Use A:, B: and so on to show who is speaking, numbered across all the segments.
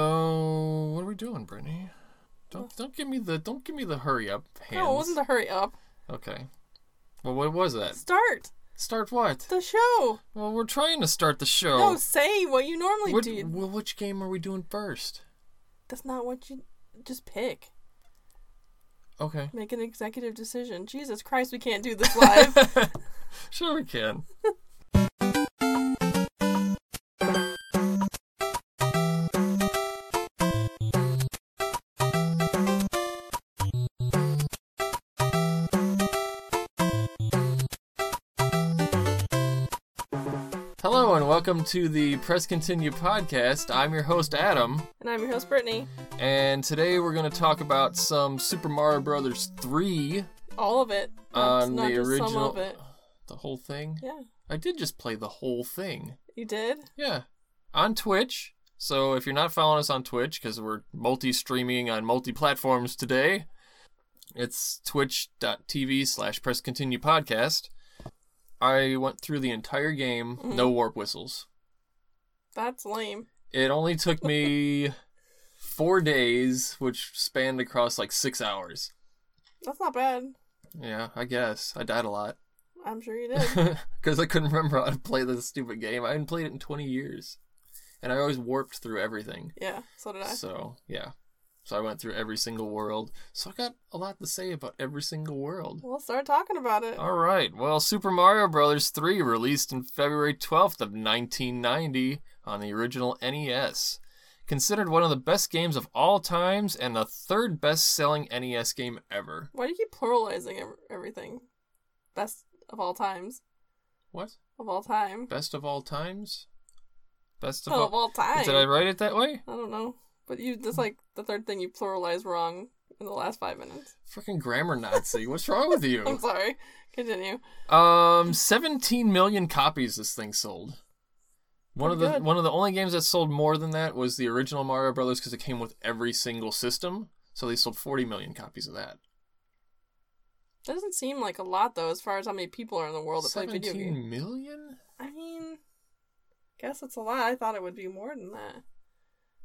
A: So what are we doing, Brittany? Don't don't give me the don't give me the hurry up hands.
B: No, it wasn't a hurry up.
A: Okay. Well, what was that?
B: Start
A: Start what?
B: the show.
A: Well, we're trying to start the show.
B: No, say what you normally
A: Oh. what,
B: do.
A: well, which game are we doing first?
B: That's not what you just pick.
A: Okay.
B: Make an executive decision. Jesus Christ, we can't do this live.
A: Sure, we can. Hello, and welcome to the Press Continue podcast. I'm your host, Adam,
B: and I'm your host Brittany.
A: and today we're going to talk about some Super Mario Brothers 3,
B: All of it. Not,
A: On
B: not
A: the
B: just some
A: original-
B: of it.
A: the whole thing.
B: Yeah,
A: I did just play the whole thing.
B: you did.
A: Yeah. On Twitch. So if you're not following us on Twitch, because we're multi streaming on multi platforms today, it's twitch.tv slash press continue podcast. I went through the entire game, no warp whistles.
B: That's lame.
A: It only took me four days, which spanned across like six hours.
B: That's not bad.
A: Yeah, I guess. I died a lot.
B: I'm sure you did.
A: Because I couldn't remember how to play this stupid game. I hadn't played it in 20 years. And I always warped through everything.
B: yeah, so did I.
A: So, yeah. So I went through every single world. So I got a lot to say about every single world.
B: Well, let's start talking about it.
A: All right. Well, Super Mario Bros. 3 released on February 12th of 1990 on the original NES. Considered one of the best games of all times and the third best-selling NES game ever.
B: Why do you keep pluralizing ev- everything? Best of all times.
A: What?
B: Of all time.
A: Best of all times? Best of
B: Oh,
A: all,
B: of all time.
A: Did I write it that way?
B: I don't know. But you that's like the third thing you pluralized wrong in the last five minutes.
A: Freaking grammar Nazi. What's wrong with
B: I'm
A: you?
B: sorry. Continue.
A: Um, 17 million copies this thing sold. One of the
B: Pretty good.
A: one of the only games that sold more than that was the original Mario Brothers because it came with every single system. So they sold 40 million copies of that.
B: That doesn't seem like a lot though, as far as how many people are in the world that play video games.
A: 17 million?
B: I mean, guess it's a lot. I thought it would be more than that.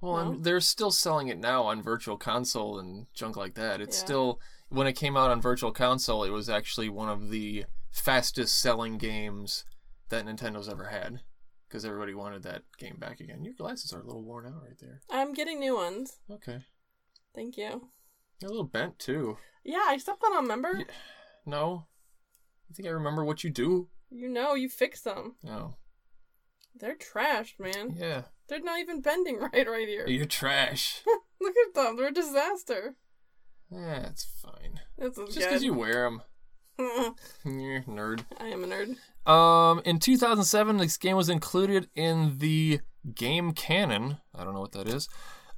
A: Well, I'm-
B: No.
A: they're still selling it now on Virtual Console and junk like that. It's
B: Yeah.
A: still when it came out on Virtual Console, it was actually one of the fastest selling games that Nintendo's ever had because everybody wanted that game back again. Your glasses are a little worn out right there.
B: I'm getting new ones.
A: Okay,
B: Thank you.
A: you're a little bent too.
B: Yeah, I stepped on a member.
A: Yeah. No, you think I remember what you do?
B: You know, you fixed them.
A: No.
B: They're trashed, man.
A: Yeah,
B: They're not even bending right right here.
A: you're trash.
B: Look at them. They're a disaster.
A: That's fine.
B: This is
A: Just because
B: good.
A: you wear them, you're a nerd.
B: I am a nerd.
A: Um, in 2007, this game was included in the game canon. I don't know what that is.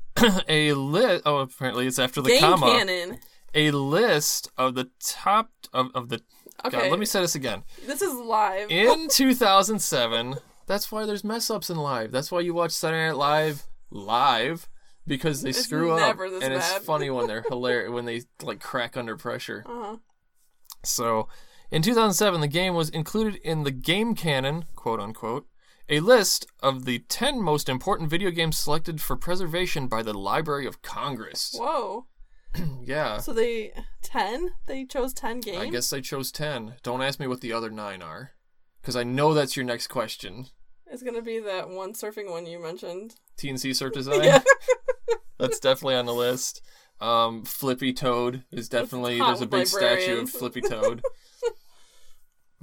A: a list. Oh, apparently it's after the
B: Game
A: comma.
B: cannon.
A: A list of the top of of the.
B: Okay.
A: God, let me say this again.
B: This is live.
A: In 2007, that's why there's mess ups in live. That's why you watch Saturday Night Live live because they
B: It's
A: screw
B: never
A: up,
B: this
A: and it's
B: bad.
A: funny when they're hilarious when they like crack under pressure.
B: Uh-huh.
A: So, in 2007, the game was included in the game canon, quote unquote, a list of the 10 most important video games selected for preservation by the Library of Congress.
B: Whoa.
A: Yeah.
B: So they ten? They chose ten games.
A: I guess I chose 10. Don't ask me what the other 9 are cuz I know that's your next question.
B: it's gonna be that one surfing one you mentioned.
A: TNC Surf Design.
B: Yeah.
A: that's definitely on the list. Um, Flippy Toad is definitely
B: hot
A: there's a
B: with
A: big statue of
B: librarians.
A: Flippy Toad,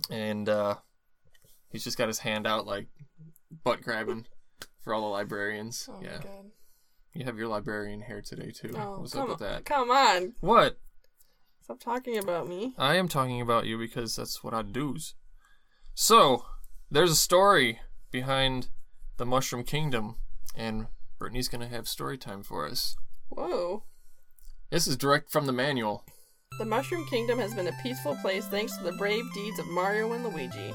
A: and uh, he's just got his hand out like butt grabbing for all the librarians.
B: Oh
A: yeah,
B: my god.
A: you have your librarian here today too.
B: Oh,
A: What's
B: come
A: up with
B: on.
A: that?
B: Come on.
A: What
B: Stop talking about me.
A: I am talking about you because that's what I do's. So there's a story behind the Mushroom Kingdom, and Brittany's gonna have story time for us.
B: Whoa.
A: This is direct from the manual.
B: The Mushroom Kingdom has been a peaceful place thanks to the brave deeds of Mario and Luigi.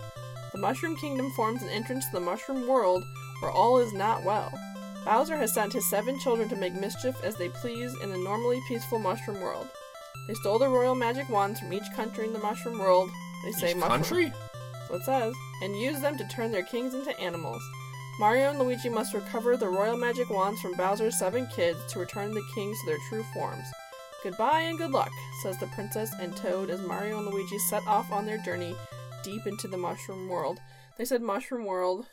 B: The Mushroom Kingdom forms an entrance to the Mushroom World where all is not well. Bowser has sent his seven children to make mischief as they please in the normally peaceful Mushroom World. They stole the royal magic wands from each country in the Mushroom World. They say
A: Each
B: mushroom.
A: country?
B: So it says, and used them to turn their kings into animals. Mario and Luigi must recover the royal magic wands from Bowser's seven kids to return the kings to their true forms. Goodbye and good luck, says the princess and Toad as Mario and Luigi set off on their journey deep into the mushroom world. They said mushroom world.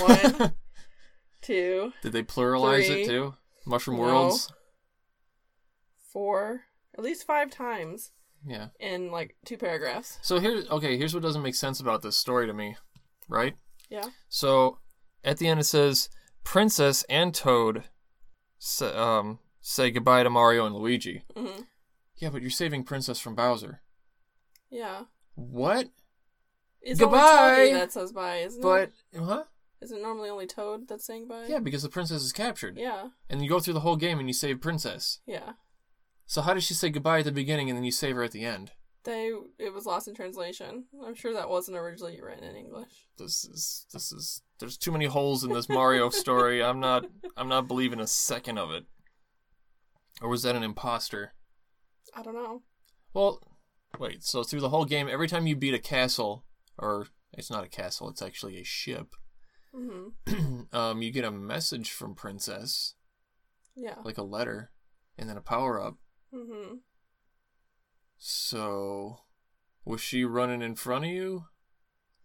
B: One, two,
A: Did they pluralize
B: Three.
A: it too? Mushroom
B: No.
A: Worlds?
B: four, at least five times
A: Yeah.
B: in like two paragraphs.
A: So here, okay, here's what doesn't make sense about this story to me, right?
B: Yeah.
A: So at the end it says Princess and Toad say, um, say goodbye to Mario and Luigi.
B: hmm
A: Yeah, but you're saving Princess from Bowser.
B: Yeah.
A: What?
B: It's only
A: Goodbye!
B: Toad that says bye, isn't
A: But
B: it?
A: huh?
B: Isn't it normally only Toad that's saying bye?
A: Yeah, because the princess is captured,
B: Yeah.
A: and you go through the whole game and you save Princess.
B: Yeah.
A: So how does she say goodbye at the beginning and then you save her at the end?
B: They it was lost in translation. I'm sure that wasn't originally written in English.
A: This is this is there's too many holes in this Mario story. I'm not I'm not believing a second of it. Or was that an imposter?
B: I don't know.
A: Well, wait. So through the whole game, every time you beat a castle, or it's not a castle, it's actually a ship.
B: hmm
A: um, you get a message from Princess,
B: Yeah.
A: like a letter, and then a power up.
B: hmm
A: So, was she running in front of you,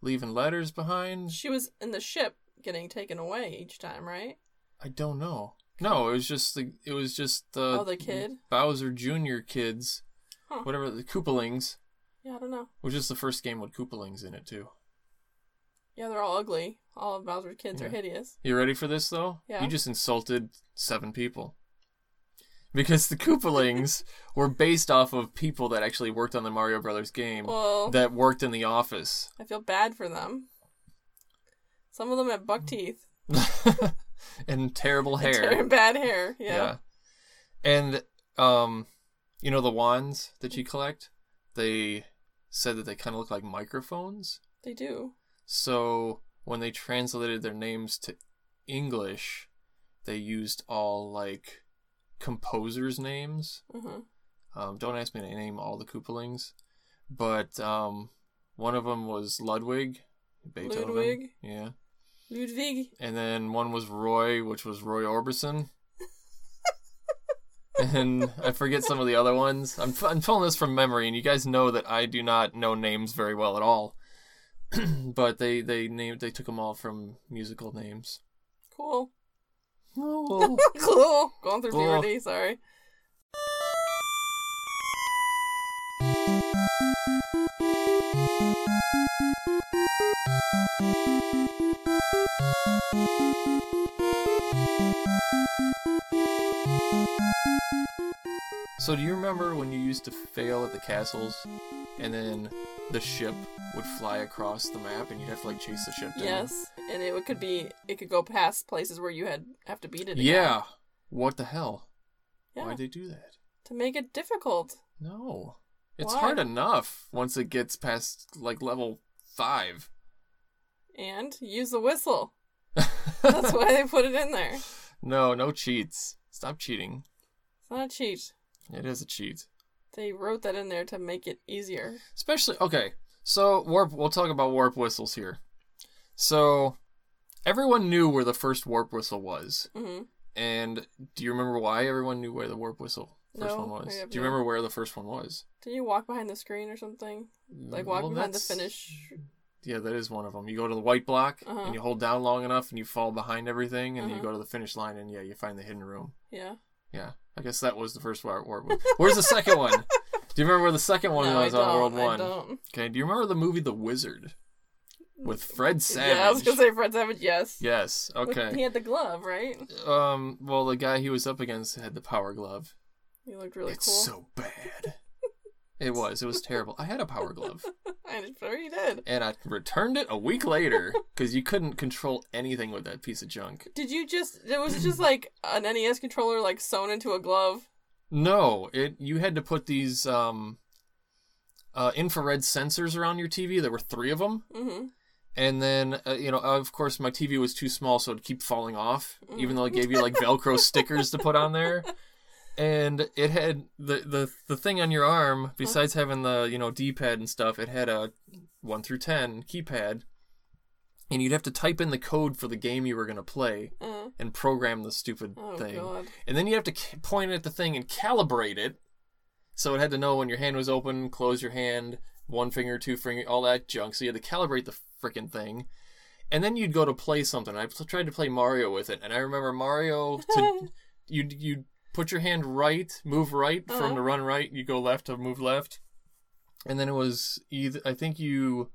A: leaving letters behind?
B: She was in the ship getting taken away each time, right?
A: I don't know. No, it was just the it was just the
B: Oh, the kid?
A: Bowser Junior kids,
B: Huh.
A: whatever the Koopalings,
B: Yeah, I don't know.
A: which is the first game with Koopalings in it too.
B: Yeah, they're all ugly. All of Bowser's kids are
A: Yeah.
B: hideous.
A: You ready for this though?
B: Yeah.
A: You just insulted seven people. Because the Koopalings were based off of people that actually worked on the Mario Brothers game
B: Well,
A: that worked in the office.
B: I feel bad for them. Some of them have buck teeth,
A: and terrible hair.
B: and bad hair. Yeah.
A: And um you know the wands that you collect? They said that they kinda look like microphones.
B: they do.
A: So when they translated their names to English, they used all like composers' names.
B: Mhm.
A: Um, don't ask me to name all the Koopalings, but um, one of them was Ludwig, Beethoven.
B: Ludwig?
A: Yeah,
B: Ludwig.
A: and then one was Roy, which was Roy Orbison. and I forget some of the other ones. I'm, I'm telling this from memory, and you guys know that I do not know names very well at all. but they they named they took them all from musical names.
B: Cool.
A: Oh.
B: cool. Going through
A: Cool.
B: puberty. Sorry.
A: So do you remember when you used to fail at the castles and then the ship would fly across the map and you'd have to like chase the ship down?
B: Yes, and it would- could be it could go past places where you had have to beat it. again.
A: Yeah. What the hell?
B: yeah.
A: Why'd they do that?
B: To make it difficult.
A: No. It's
B: Why?
A: hard enough once it gets past like level five.
B: And use the whistle. That's why they put it in there. It's
A: no, no cheats. Stop cheating.
B: not a cheat.
A: It is a cheat.
B: They wrote that in there to make it easier.
A: Especially okay. So warp we'll talk about warp whistles here. So everyone knew where the first warp whistle was.
B: hmm
A: And do you remember why everyone knew where the warp whistle first
B: No,
A: one was?
B: I have
A: Do you
B: no-
A: remember where the first one was?
B: Did you walk behind the screen or something? Like walk
A: Well,
B: behind the
A: that's-
B: finish.
A: Yeah, that is one of them. You go to the white block
B: Uh-huh.
A: and you hold down long enough and you fall behind everything and then you go
B: Uh-huh.
A: to the finish line and yeah, you find the hidden room.
B: Yeah.
A: Yeah, I guess that was the first warp. warp whistle. Where's the second one? Do you remember where the second one
B: no,
A: was
B: I don't.
A: on World
B: I
A: One?
B: don't.
A: Okay. Do you remember the movie The Wizard with Fred Savage?
B: Yeah, I was gonna say Fred Savage. Yes.
A: Yes.
B: With-
A: Okay.
B: He had the glove, right?
A: Um. Well, the guy he was up against had the power glove.
B: He looked really
A: it's
B: cool.
A: so bad. it was. It was terrible. I had a power glove,
B: I'm sure he did.
A: and I returned it a week later because you couldn't control anything with that piece of junk.
B: Did you just? It was just like an NES controller, like sewn into a glove.
A: No, it. You had to put these um, uh, infrared sensors around your TV. There were three of them,
B: hmm
A: and then uh, you know, of course, my TV was too small, so it'd keep falling off, even though it gave you like Velcro stickers to put on there. And it had the, the the thing on your arm. Besides having the you know D pad and stuff, it had a one through ten keypad, and you'd have to type in the code for the game you were going to play
B: Uh,
A: and program the stupid
B: oh
A: thing.
B: god.
A: And then you have to c- point at the thing and calibrate it. So it had to know when your hand was open, close your hand, one finger, two finger, all that junk. So you had to calibrate the freaking thing. And then you'd go to play something. I pl- tried to play Mario with it, and I remember Mario to you'd you'd put your hand right, move right
B: Uh-huh.
A: from the run right, you go left to move left. And then it was either I think you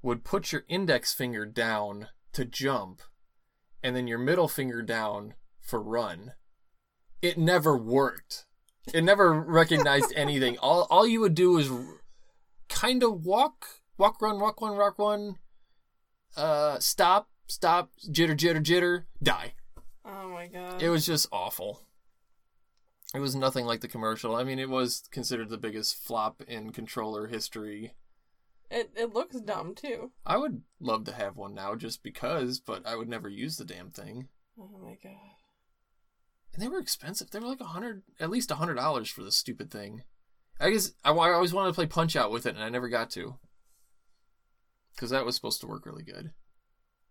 A: would put your index finger down to jump and then your middle finger down for run. It never worked. It never recognized anything. All all you would do is kind of walk, walk, run, walk, one, rock, one, uh, stop, stop, jitter, jitter, jitter, die.
B: Oh my god.
A: It was just awful. It was nothing like the commercial. I mean, it was considered the biggest flop in controller history.
B: It it looks dumb too.
A: I would love to have one now just because, but I would never use the damn thing.
B: Oh my god.
A: And they were expensive. They were like a hundred, at least a hundred dollars for this stupid thing. I guess I, I always wanted to play Punch Out with it, and I never got to. Because that was supposed to work really good.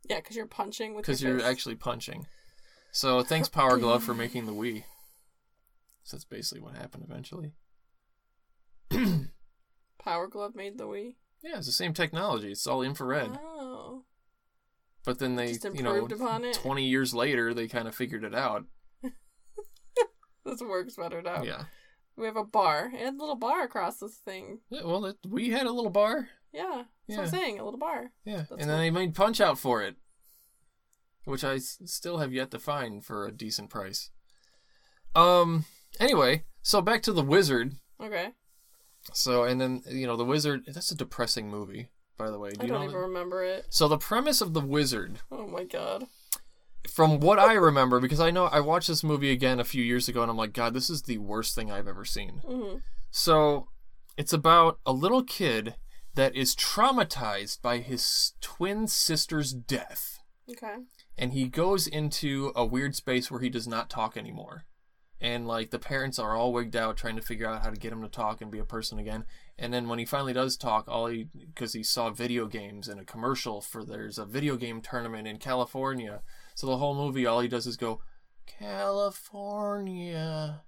B: Yeah, because you're punching with.
A: Because
B: your
A: you're
B: fist.
A: actually punching. So thanks Power Glove for making the Wii. So that's basically what happened eventually.
B: Power Glove made the Wii.
A: Yeah, it's the same technology. It's all infrared.
B: Oh.
A: But then they,
B: Just
A: you know,
B: improved upon it.
A: twenty years later, they kind of figured it out.
B: This works better now.
A: Yeah.
B: We have a bar. It had a little bar across this thing.
A: Yeah. Well, it, we had a little bar.
B: Yeah. That's what I'm
A: Yeah.
B: saying. A little bar.
A: Yeah, and
B: That's
A: then they made Punch Out for it, which I s- still have yet to find for a decent price. Um. Anyway, so back to the Wizard.
B: Okay.
A: So and then you know the Wizard. That's a depressing movie, by the way. Do
B: I
A: you
B: don't
A: know
B: even
A: that?
B: remember it.
A: So the premise of the Wizard,
B: Oh my god.
A: from what I remember, because I know I watched this movie again a few years ago, and I'm like, God, this is the worst thing I've ever seen.
B: hmm
A: So it's about a little kid that is traumatized by his twin sister's death.
B: Okay.
A: and he goes into a weird space where he does not talk anymore. And like the parents are all wigged out trying to figure out how to get him to talk and be a person again. And then when he finally does talk, all he because he saw video games and a commercial for there's a video game tournament in California. So the whole movie, all he does is go California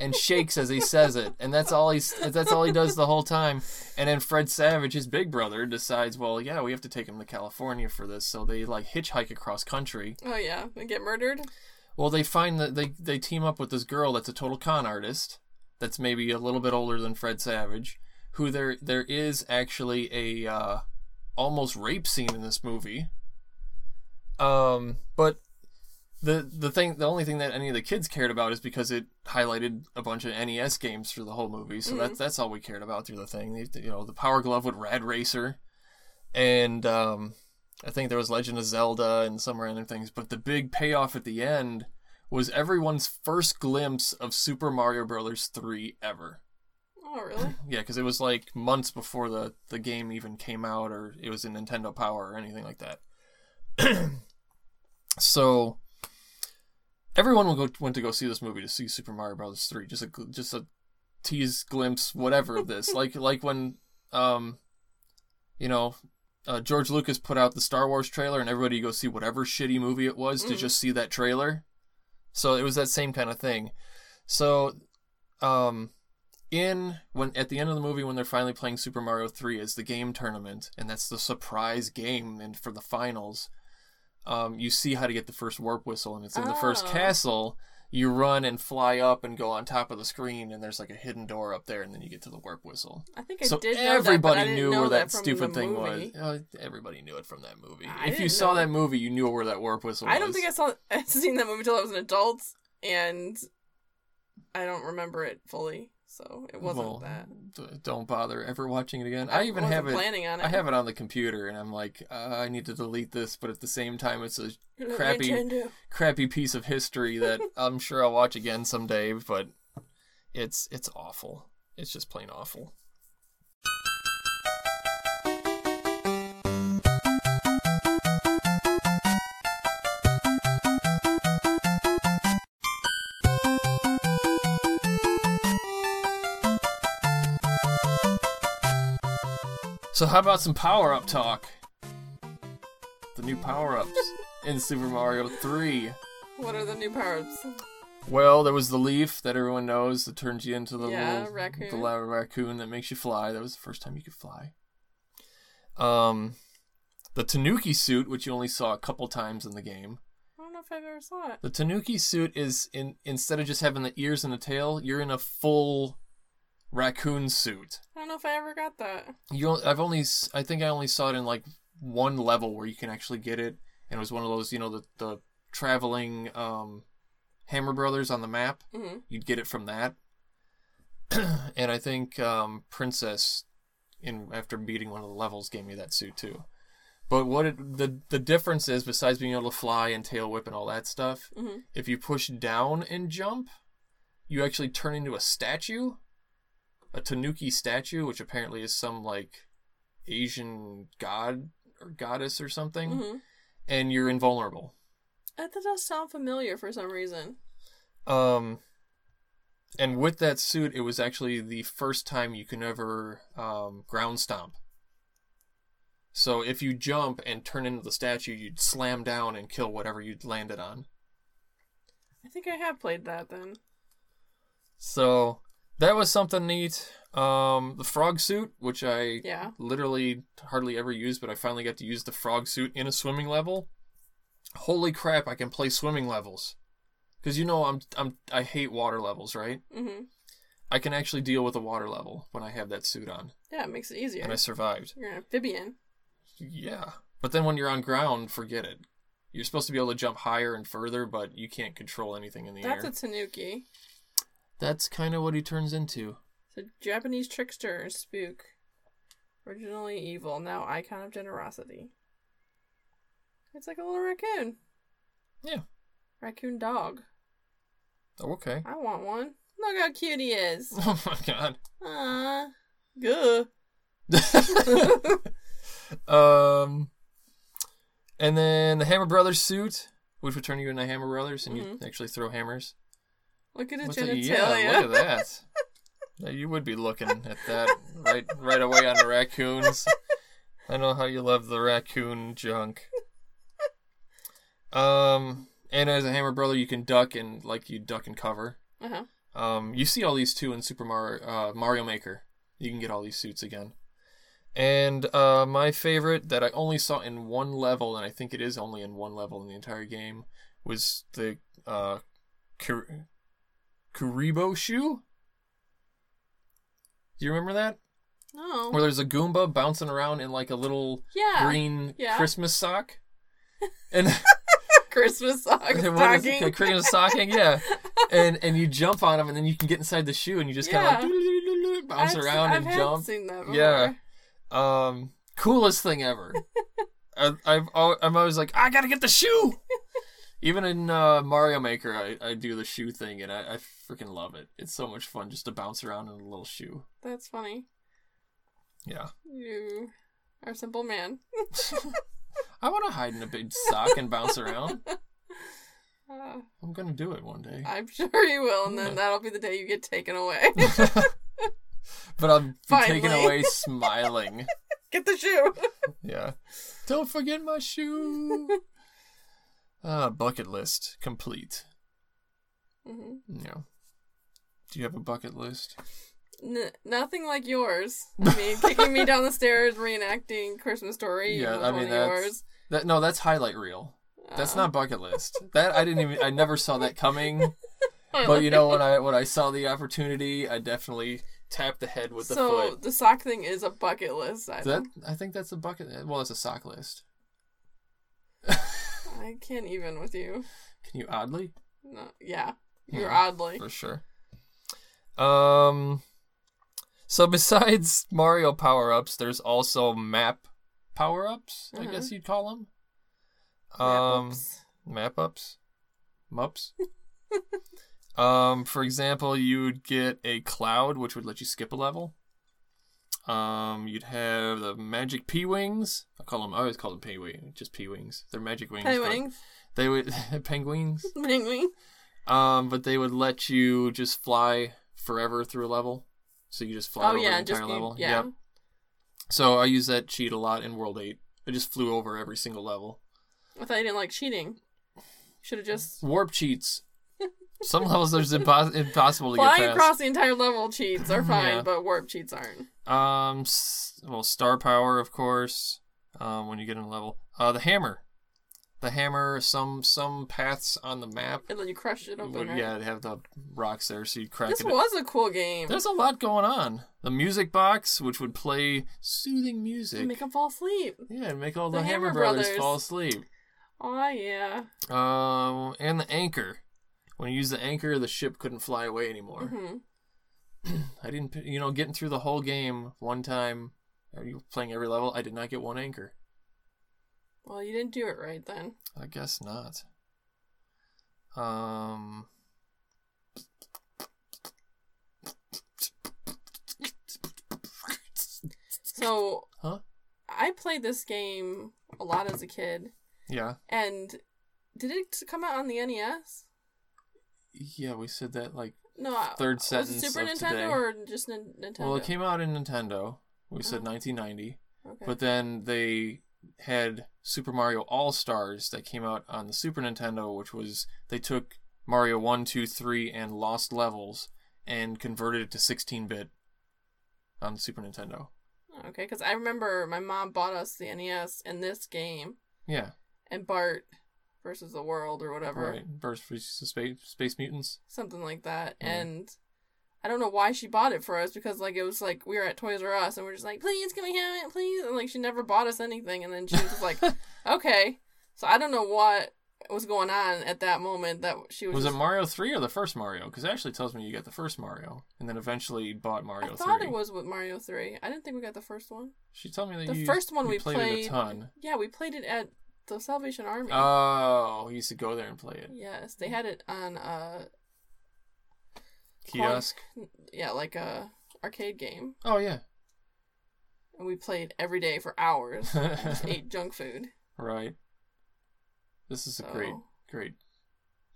A: and shakes as he says it, and that's all he's that's all he does the whole time. And then Fred Savage, his big brother, decides, well, yeah, we have to take him to California for this. So they like hitchhike across country.
B: Oh yeah. They get murdered.
A: Well, they find that they they team up with this girl that's a total con artist, that's maybe a little bit older than Fred Savage, who there there is actually a uh, almost rape scene in this movie. Um, but the the thing the only thing that any of the kids cared about is because it highlighted a bunch of NES games through the whole movie, so that's that's all we cared about through the thing. They- You know, the Power Glove with Rad Racer, and um, I think there was Legend of Zelda and some random things. But the big payoff at the end was everyone's first glimpse of Super Mario Brothers three ever.
B: Oh really?
A: Yeah, because it was like months before the the game even came out, or it was in Nintendo Power or anything like that. so everyone will go, went to go see this movie to see Super Mario Brothers three, just a gl- just a tease glimpse, whatever of this. like like when um, you know. Uh, George Lucas put out the Star Wars trailer, and everybody go see whatever shitty movie it was to
B: Mhm.
A: just see that trailer. So it was that same kind of thing. So, um, in when at the end of the movie when they're finally playing Super Mario 3 is the game tournament and that's the surprise game and for the finals um, you see how to get the first warp whistle and it's in the first
B: Oh.
A: castle you run and fly up and go on top of the screen and there's like a hidden door up there and then you get to the warp whistle
B: I think I
A: so
B: did. know that, but
A: everybody
B: I didn't
A: knew
B: know
A: where that,
B: from
A: stupid
B: the
A: thing
B: movie.
A: was Uh, everybody knew it from that movie
B: I
A: if you
B: didn't
A: saw
B: know.
A: that movie you knew where that warp whistle was
B: I don't think I saw seen that movie until I was an adult, and I don't remember it fully, so it wasn't
A: Well,
B: that.
A: d- don't bother ever watching it again i, even
B: wasn't
A: have it
B: planning on it.
A: I have it on the computer, and I'm like, uh, I need to delete this, but at the same time, it's a crappy-
B: Nintendo.
A: crappy piece of history that I'm sure I'll watch again someday. But it's it's awful. It's just plain awful. So how about some power up talk? new power ups in Super Mario 3.
B: What are the new powers?
A: Well, there was the leaf that everyone knows that turns you into the
B: Yeah,
A: little
B: raccoon.
A: the la- raccoon that makes you fly. That was the first time you could fly. Um, the Tanuki suit, which you only saw a couple times in the game.
B: I don't know if I've ever saw it.
A: The Tanuki suit is in instead of just having the ears and the tail, you're in a full raccoon suit.
B: I don't know if I ever got that.
A: You, don't- I've only, s- I think I only saw it in like one level where you can actually get it, and it was one of those, you know, the the traveling um, Hammer Brothers on the map.
B: hmm
A: You'd get it from that, and I think um, Princess, in after beating one of the levels, gave me that suit too. But what it, the the difference is, besides being able to fly and tail whip and all that stuff,
B: hmm
A: if you push down and jump, you actually turn into a statue, a Tanuki statue, which apparently is some like Asian god or goddess or something,
B: hmm
A: and you're invulnerable.
B: That that does sound familiar for some reason.
A: Um, and with that suit, it was actually the first time you can ever um, ground stomp. So if you jump and turn into the statue, you'd slam down and kill whatever you'd landed on.
B: I think I have played that then.
A: So that was something neat. Um, the frog suit, which I
B: Yeah.
A: literally hardly ever use, but I finally got to use the frog suit in a swimming level. Holy crap! I can play swimming levels, because you know I'm I'm I hate water levels, right?
B: hmm
A: I can actually deal with a water level when I have that suit on,
B: Yeah, it makes it easier.
A: and I survived.
B: You're an amphibian.
A: Yeah, but then when you're on ground, forget it. You're supposed to be able to jump higher and further, but you can't control anything in the
B: That's
A: air.
B: a tanuki.
A: That's kind of what he turns into.
B: It's a Japanese trickster or spook. Originally evil, now icon of generosity. It's like a little raccoon.
A: Yeah.
B: Raccoon dog.
A: Oh, okay.
B: I want one. Look how cute he is.
A: Oh my god.
B: Aww. Good.
A: um, and then the Hammer Brothers suit, which would turn you into Hammer Brothers, and
B: Mm-hmm.
A: you actually throw hammers.
B: Look at his
A: What's that?
B: genitalia.
A: Yeah, look at that. Now, you would be looking at that right right away on the raccoons. I know how you love the raccoon junk. Um, and as a Hammer Brother, you can duck and like you duck and cover.
B: uh-huh.
A: Um, you see all these too in Super Mario, uh, Mario Maker. You can get all these suits again. And uh, my favorite that I only saw in one level, and I think it is only in one level in the entire game, was the uh, Kur- Kuribo shoe. Do you remember that?
B: No.
A: Where there's a Goomba bouncing around in like a little
B: Oh. yeah.
A: green
B: Yeah.
A: Christmas sock. And
B: Christmas sock
A: what is it,
B: stocking.
A: a Christmas stocking, yeah. And and you jump on them, and then you can get inside the shoe, and you just kind of like
B: Yeah.
A: doo-doo-doo-doo-doo, bounce
B: I've,
A: around
B: I've
A: and
B: had
A: jump.
B: seen that before.
A: Yeah. Um, coolest thing ever. I, I've al- I'm always like, I gotta get the shoe. Even in uh, Mario Maker, I, I do the shoe thing, and I, I freaking love it. It's so much fun just to bounce around in a little shoe.
B: That's funny.
A: Yeah,
B: You are a simple man.
A: I want to hide in a big sock and bounce around.
B: Uh,
A: I'm gonna do it one day.
B: I'm sure you will, and then
A: Yeah.
B: that'll be the day you get taken away.
A: but I'll be taken
B: Finally.
A: away smiling.
B: get the shoe.
A: Yeah. Don't forget my shoe. Ah, bucket list complete.
B: Mhm.
A: Yeah. Do you have a bucket list?
B: N- nothing like yours. I mean, kicking me down the stairs, reenacting Christmas story.
A: Yeah,
B: was
A: I
B: one
A: mean,
B: of
A: that's-
B: yours.
A: That no, that's highlight reel. That's
B: Uh,
A: not bucket list. That I didn't even I never saw that coming.
B: I
A: But
B: like
A: you know when I when I saw the opportunity, I definitely tapped the head with the
B: so
A: foot.
B: the sock thing is a bucket list. I,
A: That I think that's a bucket well, it's a sock list.
B: I can't even with you.
A: Can you oddly?
B: No, yeah, you're
A: Yeah.
B: oddly.
A: for sure. Um, so besides Mario power ups, there's also map power ups. I
B: Uh-huh.
A: guess you'd call them. Um,
B: Wrap-ups.
A: map ups, mups. um, for example, you would get a cloud, which would let you skip a level. Um, you'd have the magic p wings. I call them. I always call them p wing, just p wings. They're magic wings. but
B: Penguins.
A: They would penguins.
B: Penguin.
A: Um, but they would let you just fly forever through a level. So you just fly
B: Oh
A: over the
B: yeah,
A: entire
B: just
A: level.
B: yeah.
A: Yep. So I use that cheat a lot in World 8. I just flew over every single level.
B: I thought you didn't like cheating. Should have just
A: Warp cheats. Some levels there's impos- impossible to
B: flying
A: get
B: across the entire level cheats are fine,
A: Yeah.
B: but warp cheats aren't.
A: past. Um, s- well, star power, of course. Um, when you get in a level, uh, the hammer, the hammer. Some some paths on the map.
B: And then you crush it open.
A: would-
B: Right?
A: Yeah, they have the rocks there, so you crack
B: This
A: it.
B: was a cool game.
A: There's a lot going on. The music box, which would play soothing music.
B: Make them fall asleep.
A: yeah, and make all the,
B: The
A: Hammer,
B: Hammer
A: brothers,
B: Brothers.
A: fall asleep.
B: Oh yeah.
A: Um, and the anchor. When you use the anchor, the ship couldn't fly away anymore.
B: hmm
A: I didn't, p- you know, getting through the whole game one time, uh, you playing every level, I did not get one anchor.
B: Well, you didn't do it right then.
A: I guess not. Um.
B: So,
A: Huh?
B: I played this game a lot as a kid,
A: Yeah.
B: and did it come out on the E NES?
A: Yeah, we said that like
B: No, I-
A: third
B: was
A: sentence
B: it Super
A: of
B: Nintendo
A: today.
B: or just Nin- Nintendo?
A: Well, it came out in Nintendo. We said
B: Uh-huh.
A: 1990,
B: Okay.
A: but then they had Super Mario All Stars that came out on the Super Nintendo, which was they took Mario 1, 2, 3, and Lost Levels and converted it to 16-bit on Super Nintendo.
B: Okay, because I remember my mom bought us the NES and this game
A: Yeah,
B: and Bart versus the World or whatever,
A: right. Versus Space Space Mutants.
B: something like that.
A: Mhm.
B: And I don't know why she bought it for us because like it was like we were at Toys R Us and we are just like, please can we have it, please? And like she never bought us anything, and then she was just like, okay. So I don't know what was going on at that moment that she was.
A: Was it
B: just-
A: Mario 3 or the first Mario? Because it actually tells me you got the first Mario, and then eventually bought Mario
B: I thought
A: 3.
B: it was with Mario Three. I didn't think we got the first one.
A: She told me that
B: The
A: you,
B: first one
A: you
B: we
A: played, it
B: played-
A: a ton.
B: Yeah, we played it at the Salvation Army.
A: Oh, you used to go there and play it.
B: yes, they had it on uh Corn-
A: Kiosk.
B: yeah, like a arcade game,
A: Oh yeah.
B: and we played every day for hours. and just ate junk food.
A: Right. This is a
B: So
A: great, great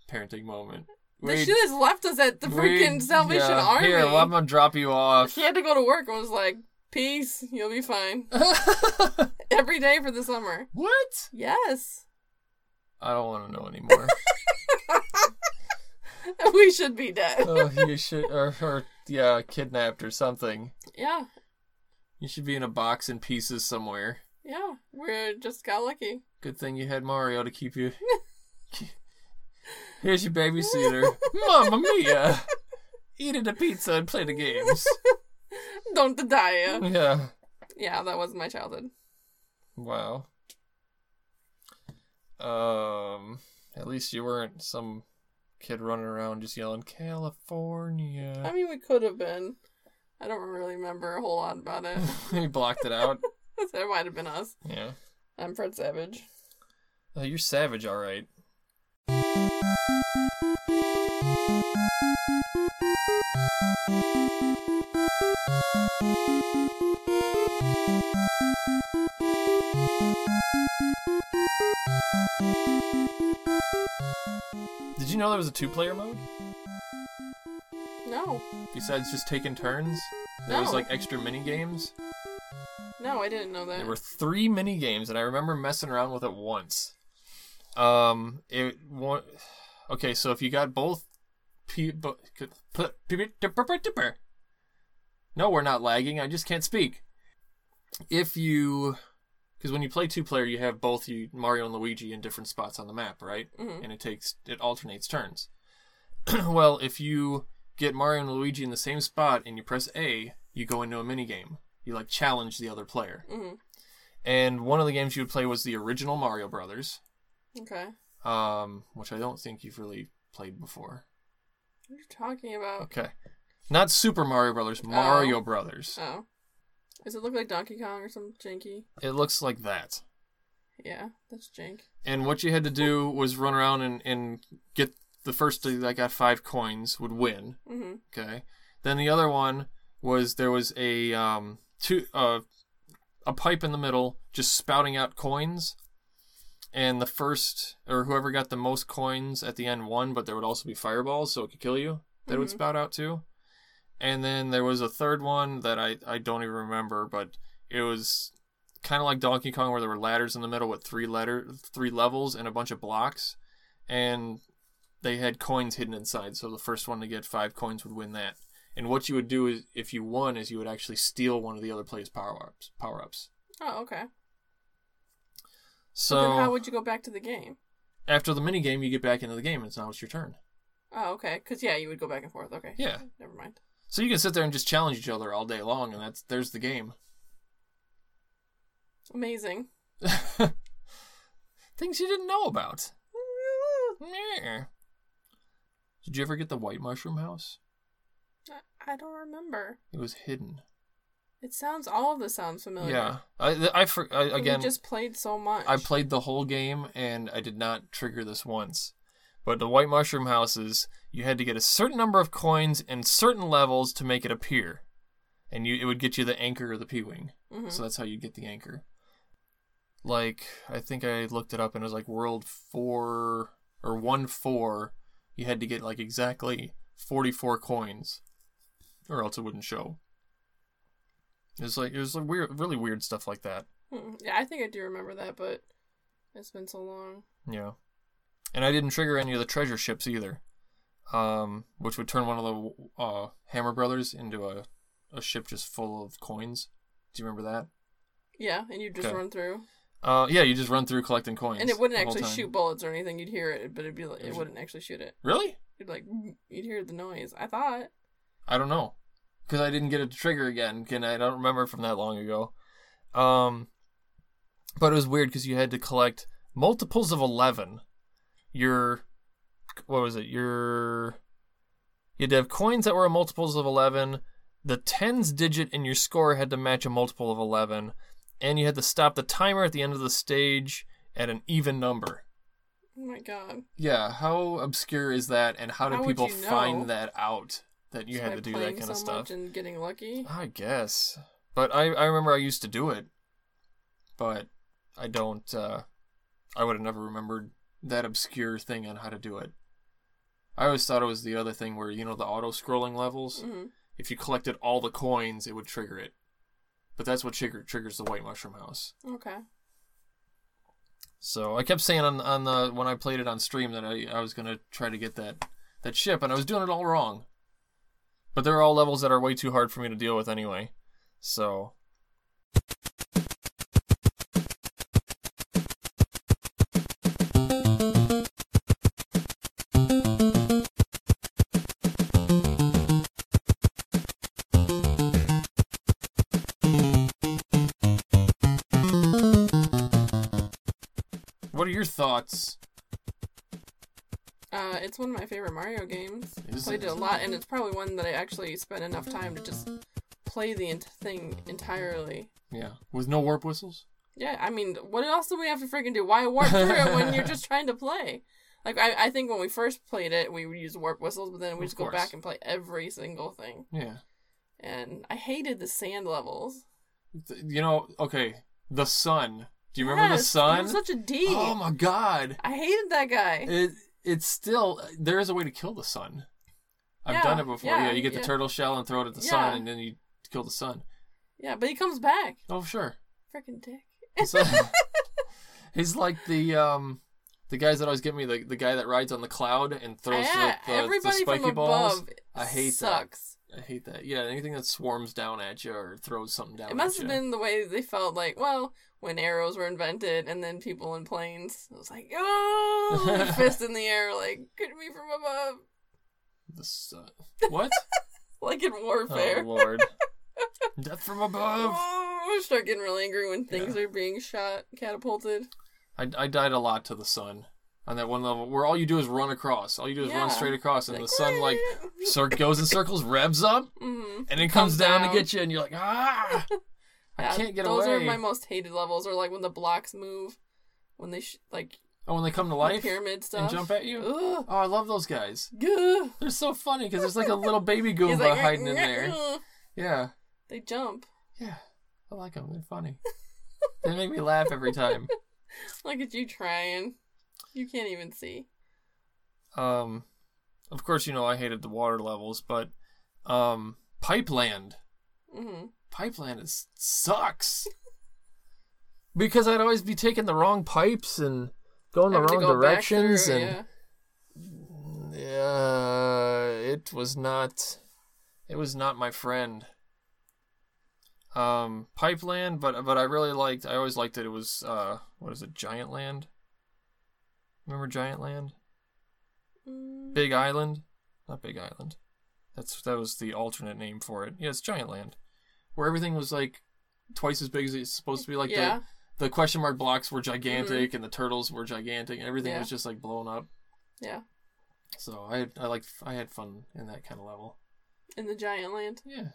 A: parenting moment.
B: they should have left us at the
A: we-
B: freaking Salvation
A: yeah,
B: Army.
A: Here, well, I'm gonna drop you off.
B: she had to go to work and was like, "Peace, you'll be fine." every day for the summer.
A: what?
B: Yes,
A: I don't want to know anymore.
B: we should be dead.
A: oh, you should, or, or yeah, kidnapped or something.
B: yeah,
A: You should be in a box in pieces somewhere.
B: yeah, we just got lucky.
A: Good thing you had Mario to keep you. Here's your babysitter. Mamma mia! Eating a pizza and play the games. Oh,
B: Don't die. Yeah.
A: Yeah.
B: yeah, that was my childhood.
A: Wow. Um, at least you weren't some kid running around just yelling
B: I
A: California.
B: mean, we could have been. I don't really remember a whole lot about it.
A: he blocked it out.
B: that might have been us.
A: Yeah.
B: I'm Fred Savage.
A: Oh, you're savage, all right. Did you know there was a two-player mode
B: No,
A: besides just taking turns? There was
B: No.
A: like extra mini games.
B: no, I didn't know that.
A: There were three mini games, and I remember messing around with it once. Um, it one. Okay, so if you got both, p- bo- could- pl- p- p- tipper- tipper- tipper. no, we're not lagging. I just can't speak. If you, because when you play two player, you have both you Mario and Luigi in different spots on the map, right?
B: Mhm.
A: And it takes it alternates turns. well, if you get Mario and Luigi in the same spot and you press A, you go into a mini game. You like challenge the other player.
B: Mhm.
A: And one of the games you would play was the original Mario Brothers,
B: Okay.
A: um, which I don't think you've really played before.
B: What are you talking about?
A: Okay, not Super Mario Brothers, Mario Brothers.
B: Oh. Does it look like Donkey Kong or some janky?
A: It looks like that.
B: Yeah, that's jank.
A: And what you had to do was run around and, and get the first that got five coins would win.
B: Mm-hmm.
A: Okay. Then the other one was there was a um two uh a pipe in the middle just spouting out coins. And the first or whoever got the most coins at the end won, but there would also be fireballs, so it could kill you that would
B: Mhm.
A: spout out too. And then there was a third one that I, I don't even remember, but it was kind of like Donkey Kong, where there were ladders in the middle with three letter, three levels and a bunch of blocks, and they had coins hidden inside. So the first one to get five coins would win that. And what you would do is, if you won, is you would actually steal one of the other players' power ups. Power ups.
B: Oh, okay.
A: So
B: But then how would you go back to the game?
A: after the mini game, you get back into the game, and it's now it's your turn.
B: Oh, okay. Because yeah, you would go back and forth. Okay.
A: Yeah.
B: Never mind.
A: So you can sit there and just challenge each other all day long, and that's there's the game.
B: Amazing.
A: Things you didn't know about. Yeah. Did you ever get the white mushroom house?
B: I- I don't remember.
A: It was hidden.
B: It sounds all of this sounds familiar.
A: Yeah, I th- I, for, I
B: But
A: again
B: we just played so much.
A: I played the whole game and I did not trigger this once. But the white mushroom houses, you had to get a certain number of coins and certain levels to make it appear, and you it would get you the anchor or the p wing.
B: Mhm.
A: So that's how you get the anchor. Like I think I looked it up and it was like world four or one four. You had to get like exactly forty four coins, or else it wouldn't show. It was like it was like weird, really weird stuff like that.
B: Hmm. Yeah, I think I do remember that, but it's been so long.
A: Yeah. And I didn't trigger any of the treasure ships either, um, which would turn one of the uh, Hammer Brothers into a, a ship just full of coins. Do you remember that?
B: Yeah, and you just
A: Okay.
B: run through,
A: Uh, yeah, you just run through collecting coins.
B: and it wouldn't
A: the whole
B: actually
A: time.
B: shoot bullets or anything. You'd hear it, but it'd be like, it
A: There's-
B: wouldn't actually shoot it.
A: Really?
B: You'd like "Mm," you'd hear the noise. I thought.
A: I don't know, because I didn't get it to trigger again. Can I I don't remember from that long ago. Um, but it was weird because you had to collect multiples of eleven. Your what was it? Your you had to have coins that were multiples of eleven. The tens digit in your score had to match a multiple of eleven, and you had to stop the timer at the end of the stage at an even number.
B: Oh my god!
A: Yeah, how obscure is that, and how did
B: How would
A: people
B: you know?
A: find that out that you
B: Just
A: had
B: by
A: to do that
B: playing
A: kind
B: so
A: of stuff?
B: Much and getting lucky.
A: I guess. But I, I remember I used to do it. But I don't uh I would have never remembered that obscure thing on how to do it. I always thought it was the other thing where, you know, the auto scrolling levels.
B: hmm
A: If you collected all the coins, it would trigger it. But that's what trigger, triggers the White Mushroom House.
B: Okay.
A: So I kept saying on, on the when I played it on stream that I, I was gonna try to get that that ship, and I was doing it all wrong. But there are all levels that are way too hard for me to deal with anyway. So what are your thoughts?
B: Uh, it's one of my favorite Mario games.
A: Is
B: Played
A: it?
B: it a lot, and it's probably one that I actually spent enough time to just play the ent- thing entirely.
A: Yeah. With no warp whistles?
B: Yeah, I mean, what else do we have to freaking do? Why warp through it when you're just trying to play? Like, I, I think when we first played it, we would use warp whistles, but then we
A: Of
B: just go
A: course.
B: back and play every single thing.
A: Yeah.
B: And I hated the sand levels.
A: Th- You know, okay. The sun. Do you remember the
B: Yes,
A: sun?
B: It was such a D.
A: Oh my god.
B: I hated that guy.
A: It it's still there is a way to kill the sun. I've
B: Yeah,
A: done it before. Yeah,
B: yeah,
A: you get
B: yeah.
A: the turtle shell and throw it at the
B: Yeah.
A: sun and then you kill the sun.
B: Yeah, but he comes back.
A: Oh sure.
B: Freaking dick.
A: So, he's like the um the guys that always give me the the guy that rides on the cloud and throws
B: yeah,
A: the, the, the
B: Ah, everybody
A: spiky
B: from
A: balls.
B: above
A: I hate
B: sucks.
A: that. I hate that. Yeah, anything that swarms down at you or throws something down
B: It must
A: at
B: have
A: you.
B: been the way they felt like, well, when arrows were invented and then people in planes. It was like, oh, fist in the air, like, get me from above.
A: The sun. What?
B: Like in warfare.
A: oh lord. Death from above.
B: Oh, I start getting really angry when things are being shot, catapulted.
A: I, I died a lot to the sun on that one level where all you do is run across. All you do is
B: Yeah.
A: run straight across, and the sun like cir- goes in circles, revs up,
B: mm-hmm.
A: and then comes,
B: Comes
A: down,
B: down.
A: to get you, and you're like, ah, I can't get
B: those
A: away.
B: are my most hated levels, or like when the blocks move, when they sh- like
A: oh, when they come to
B: the
A: life and
B: pyramid stuff.
A: jump at you.
B: Ugh.
A: Oh, I love those guys.
B: Gah.
A: They're so funny because there's like a little baby
B: He's
A: Goomba
B: like,
A: hiding in
B: "Nyeh,
A: there.
B: nyeh."
A: Yeah,
B: They jump
A: yeah, I like them. They're funny. they make me laugh every time.
B: Look at you trying. You can't even see.
A: Um, of course, you know I hated the water levels, but um, Pipeland.
B: hmm
A: Pipeland is sucks. because I'd always be taking the wrong pipes and going the
B: Having to
A: wrong
B: go back
A: directions,
B: through,
A: and uh, it was not, it was not my friend. Um, Pipeland, but but I really liked. I always liked that it was uh, what is it, Giant Land? Remember Giant Land?
B: yeah. Mm,
A: Big Island, not Big Island. That's that was the alternate name for it. Yeah, it's Giant Land, where everything was like twice as big as it's supposed to be. Like
B: yeah. Mm-hmm.
A: the the question mark blocks were gigantic and the turtles were gigantic and everything
B: Yeah.
A: was just like blown up.
B: yeah.
A: So I I like I had fun in that kind of level.
B: In the giant land.
A: Yeah,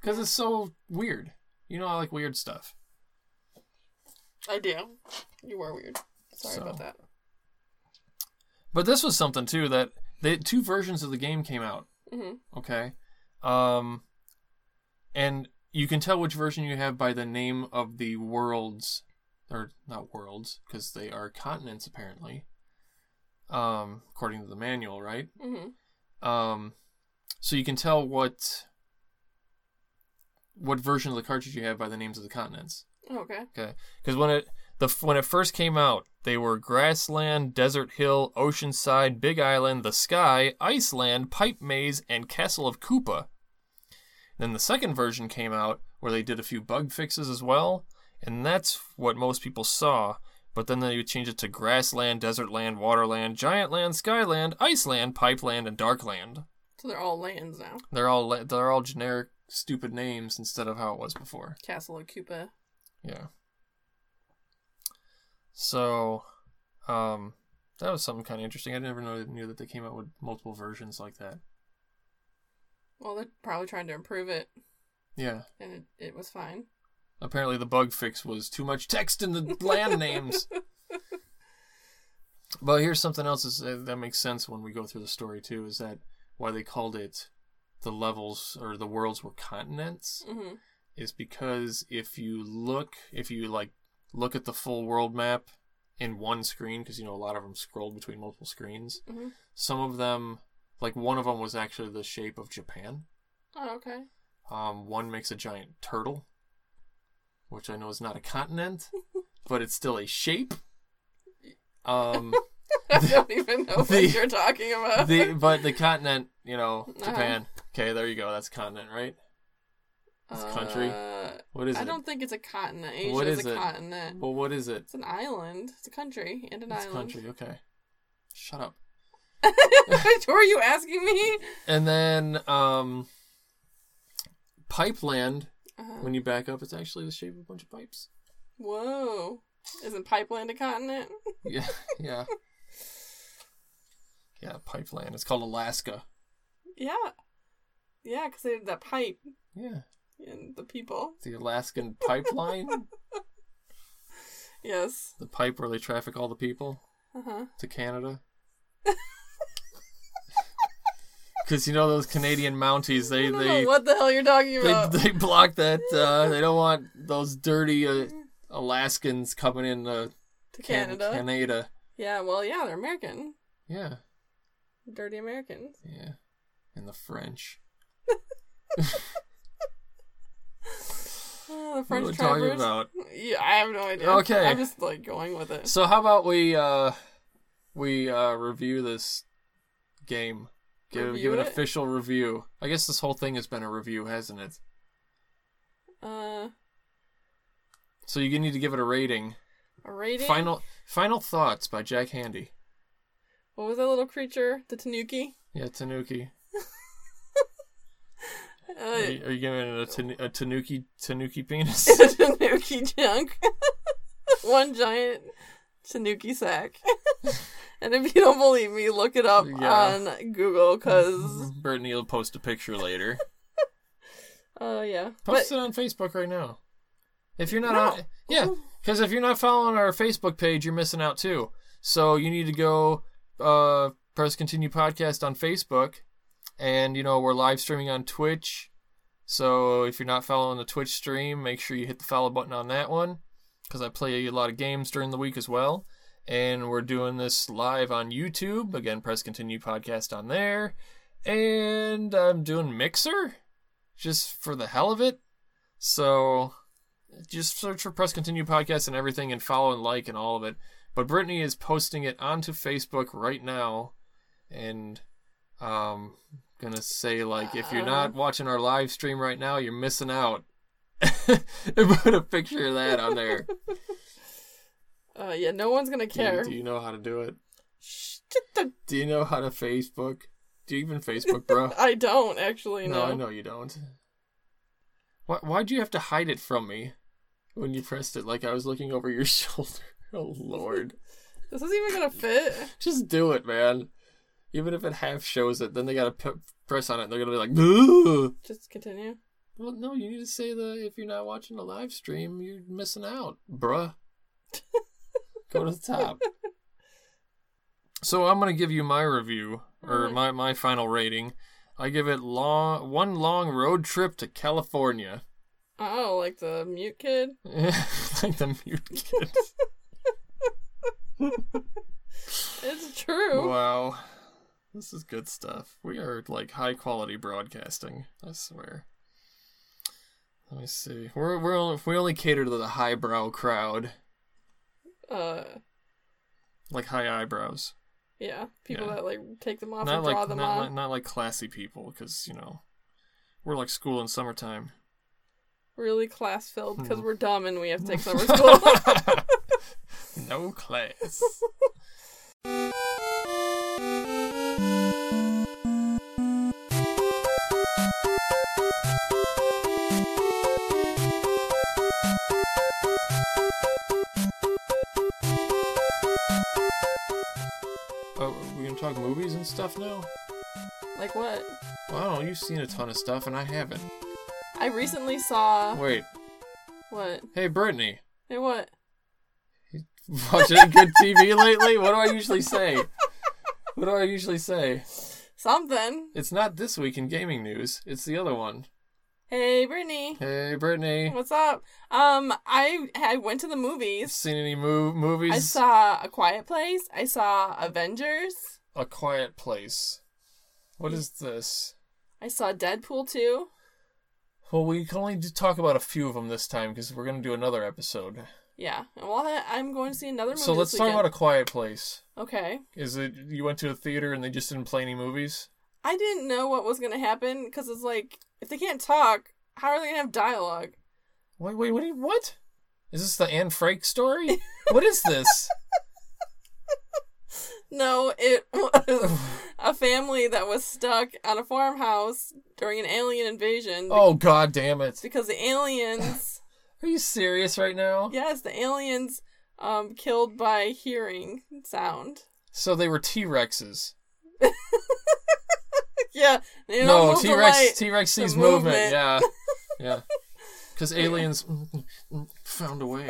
A: because it's so weird. You know, I like weird stuff.
B: I do. You are weird. Sorry
A: Oh, So.
B: about that.
A: But this was something too that they two versions of the game came out.
B: Mm-hmm.
A: Okay. Um and you can tell which version you have by the name of the worlds or not worlds because they are continents apparently. Um according to the manual, right?
B: Mm-hmm.
A: Um so you can tell what what version of the cartridge you have by the names of the continents.
B: Okay.
A: Okay. Cuz when it the f- when it first came out, they were grassland, desert hill, oceanside, big island, the sky, Iceland, pipe maze, and castle of Koopa. Then the second version came out where they did a few bug fixes as well, and that's what most people saw. But then they would change it to grassland, desert land, waterland, giant land, skyland, Iceland, pipeland, and darkland.
B: So they're all lands now.
A: They're all la- they're all generic stupid names instead of how it was before.
B: Castle of Koopa.
A: Yeah. So, um, that was something kind of interesting. I never know, knew that they came out with multiple versions like that.
B: Well, they're probably trying to improve it,
A: Yeah.
B: and it, it was fine.
A: Apparently, the bug fix was too much text in the land names. But here's something else is- uh, that makes sense when we go through the story too. Is that why they called it the levels or the worlds were continents?
B: Mm-hmm.
A: is because if you look if you like look at the full world map in one screen because you know a lot of them scrolled between multiple screens
B: Mhm.
A: some of them like one of them was actually the shape of japan
B: Oh, okay.
A: um, one makes a giant turtle which i know is not a continent but it's still a shape um,
B: I don't even know
A: The-
B: what you're talking about.
A: the, but the continent you know
B: Uh-huh.
A: japan okay there you go that's continent right it's country.
B: Uh,
A: what is
B: I
A: it
B: don't think it's a continent. Asia
A: What
B: is,
A: is
B: a
A: it?
B: continent.
A: well what is it
B: It's an island. It's a country and an
A: it's
B: island.
A: country okay shut up
B: Which were you asking me?
A: And then um Pipeland,
B: Uh,
A: when you back up, it's actually the shape of a bunch of pipes.
B: whoa. Isn't Pipeland a continent?
A: Yeah, yeah. Yeah, Pipeland. It's called Alaska.
B: Yeah. Yeah, because they have that pipe
A: Yeah.
B: and the people.
A: The Alaskan pipeline.
B: Yes.
A: the pipe where they traffic all the people
B: Uh huh.
A: to Canada. Cause you know those Canadian Mounties, they
B: I don't
A: they
B: know what the hell you're talking
A: they,
B: about.
A: they block that. Uh, they don't want those dirty uh, Alaskans coming in uh,
B: to
A: Can-
B: Canada.
A: Canada.
B: yeah, well, yeah, they're American.
A: Yeah.
B: Dirty Americans.
A: Yeah. And the French.
B: Uh, the
A: What are
B: French
A: we talking
B: trappers.
A: about?
B: Yeah, I have no idea.
A: Okay.
B: I'm just like going with it.
A: So how about we uh we uh review this game. Give
B: Review
A: give an
B: it?
A: official review. I guess this whole thing has been a review, hasn't it?
B: Uh,
A: So you need to give it a rating.
B: a rating.
A: Final final thoughts by Jack Handy.
B: What was that little creature? The Tanuki.
A: Yeah, Tanuki. Are
B: Uh,
A: you, are you giving it a, tan- a Tanuki Tanuki penis?
B: Tanuki junk. One giant Tanuki sack. and if you don't believe me, look it up
A: Yeah.
B: on Google because,
A: Brittany will post a picture later.
B: oh yeah.
A: Post
B: But
A: it on Facebook right now. If you're not
B: No.
A: on, yeah, because if you're not following our Facebook page, you're missing out too. So you need to go uh, press continue podcast on Facebook, and you know we're live streaming on Twitch. So if you're not following the Twitch stream, make sure you hit the follow button on that one, because I play a lot of games during the week as well. And we're doing this live on YouTube. Again, press continue podcast on there. And I'm doing Mixer just for the hell of it. So just search for Press Continue Podcast and everything and follow and like and all of it. But Brittany is posting it onto Facebook right now. And um gonna say like if you're not watching our live stream right now, you're missing out. and put a picture of that on there.
B: Uh, yeah, no one's gonna
A: Do you-
B: care.
A: do you know how to do it?
B: Shh, get the-
A: Do you know how to Facebook? Do you even Facebook, bro?
B: I don't actually
A: Oh. No,
B: know.
A: I know you don't. Why? Why'd you have to hide it from me when you pressed it? Like I was looking over your shoulder. Oh Lord,
B: This is even gonna fit.
A: just do it, man. Even if it half shows it, then they gotta p- press on it. and They're gonna be like, "Boo!"
B: Just continue.
A: Well, no, you need to say the if you're not watching a live stream, you're missing out, bruh. Go to the top. So I'm gonna give you my review or
B: Alright.
A: my, my final rating. I give it long one long road trip to California.
B: Oh, like the mute kid.
A: like the mute kid.
B: It's true.
A: wow. This is good stuff. We are like high quality broadcasting, I swear. Let me see. We're we're only, we only cater to the highbrow crowd.
B: Uh,
A: Like high eyebrows.
B: yeah, people
A: Yeah.
B: that like take them off
A: Not
B: and
A: like,
B: draw
A: not,
B: them
A: like
B: on.
A: not like classy people, because you know we're like school in summertime.
B: Really class filled because
A: Hmm.
B: we're dumb and we have to take summer school.
A: no class. Oh, we're gonna talk movies and stuff now.
B: like what?
A: Well, I don't know. You've seen a ton of stuff, and I haven't.
B: I recently saw
A: Wait,
B: what?
A: hey, Brittany.
B: Hey, what?
A: watching good TV lately? What do I usually say? What do I usually say?
B: Something.
A: It's not this week in gaming news. It's the other one.
B: Hey, Brittany.
A: Hey, Brittany,
B: What's up? Um, I I went to the movies.
A: seen any mov- movies?
B: I saw A Quiet Place. I saw Avengers.
A: A Quiet Place. What is this?
B: I saw Deadpool 2.
A: Well, we can only do- talk about a few of them this time because we're gonna do another episode.
B: Yeah. And while that, I'm going to see another movie.
A: So let's
B: this
A: talk about
B: weekend.
A: A Quiet Place.
B: Okay.
A: Is it you went to a theater and they just didn't play any movies?
B: I didn't know what was going to happen because it's like, if they can't talk, how are they going to have dialogue?
A: Wait, wait, what? do you- What? Is this the Anne Frank story? what is this?
B: No, it was a family that was stuck at a farmhouse during an alien invasion
A: Oh God damn it!
B: because the aliens,
A: Are you serious right now?
B: yes, the aliens um, killed by hearing sound.
A: So they were T Rexes.
B: yeah. They don't
A: No,
B: move the
A: T Rex.
B: light.
A: T Rex
B: the
A: sees movement.
B: movement.
A: Yeah, yeah. Because aliens mm, mm, mm, found a way.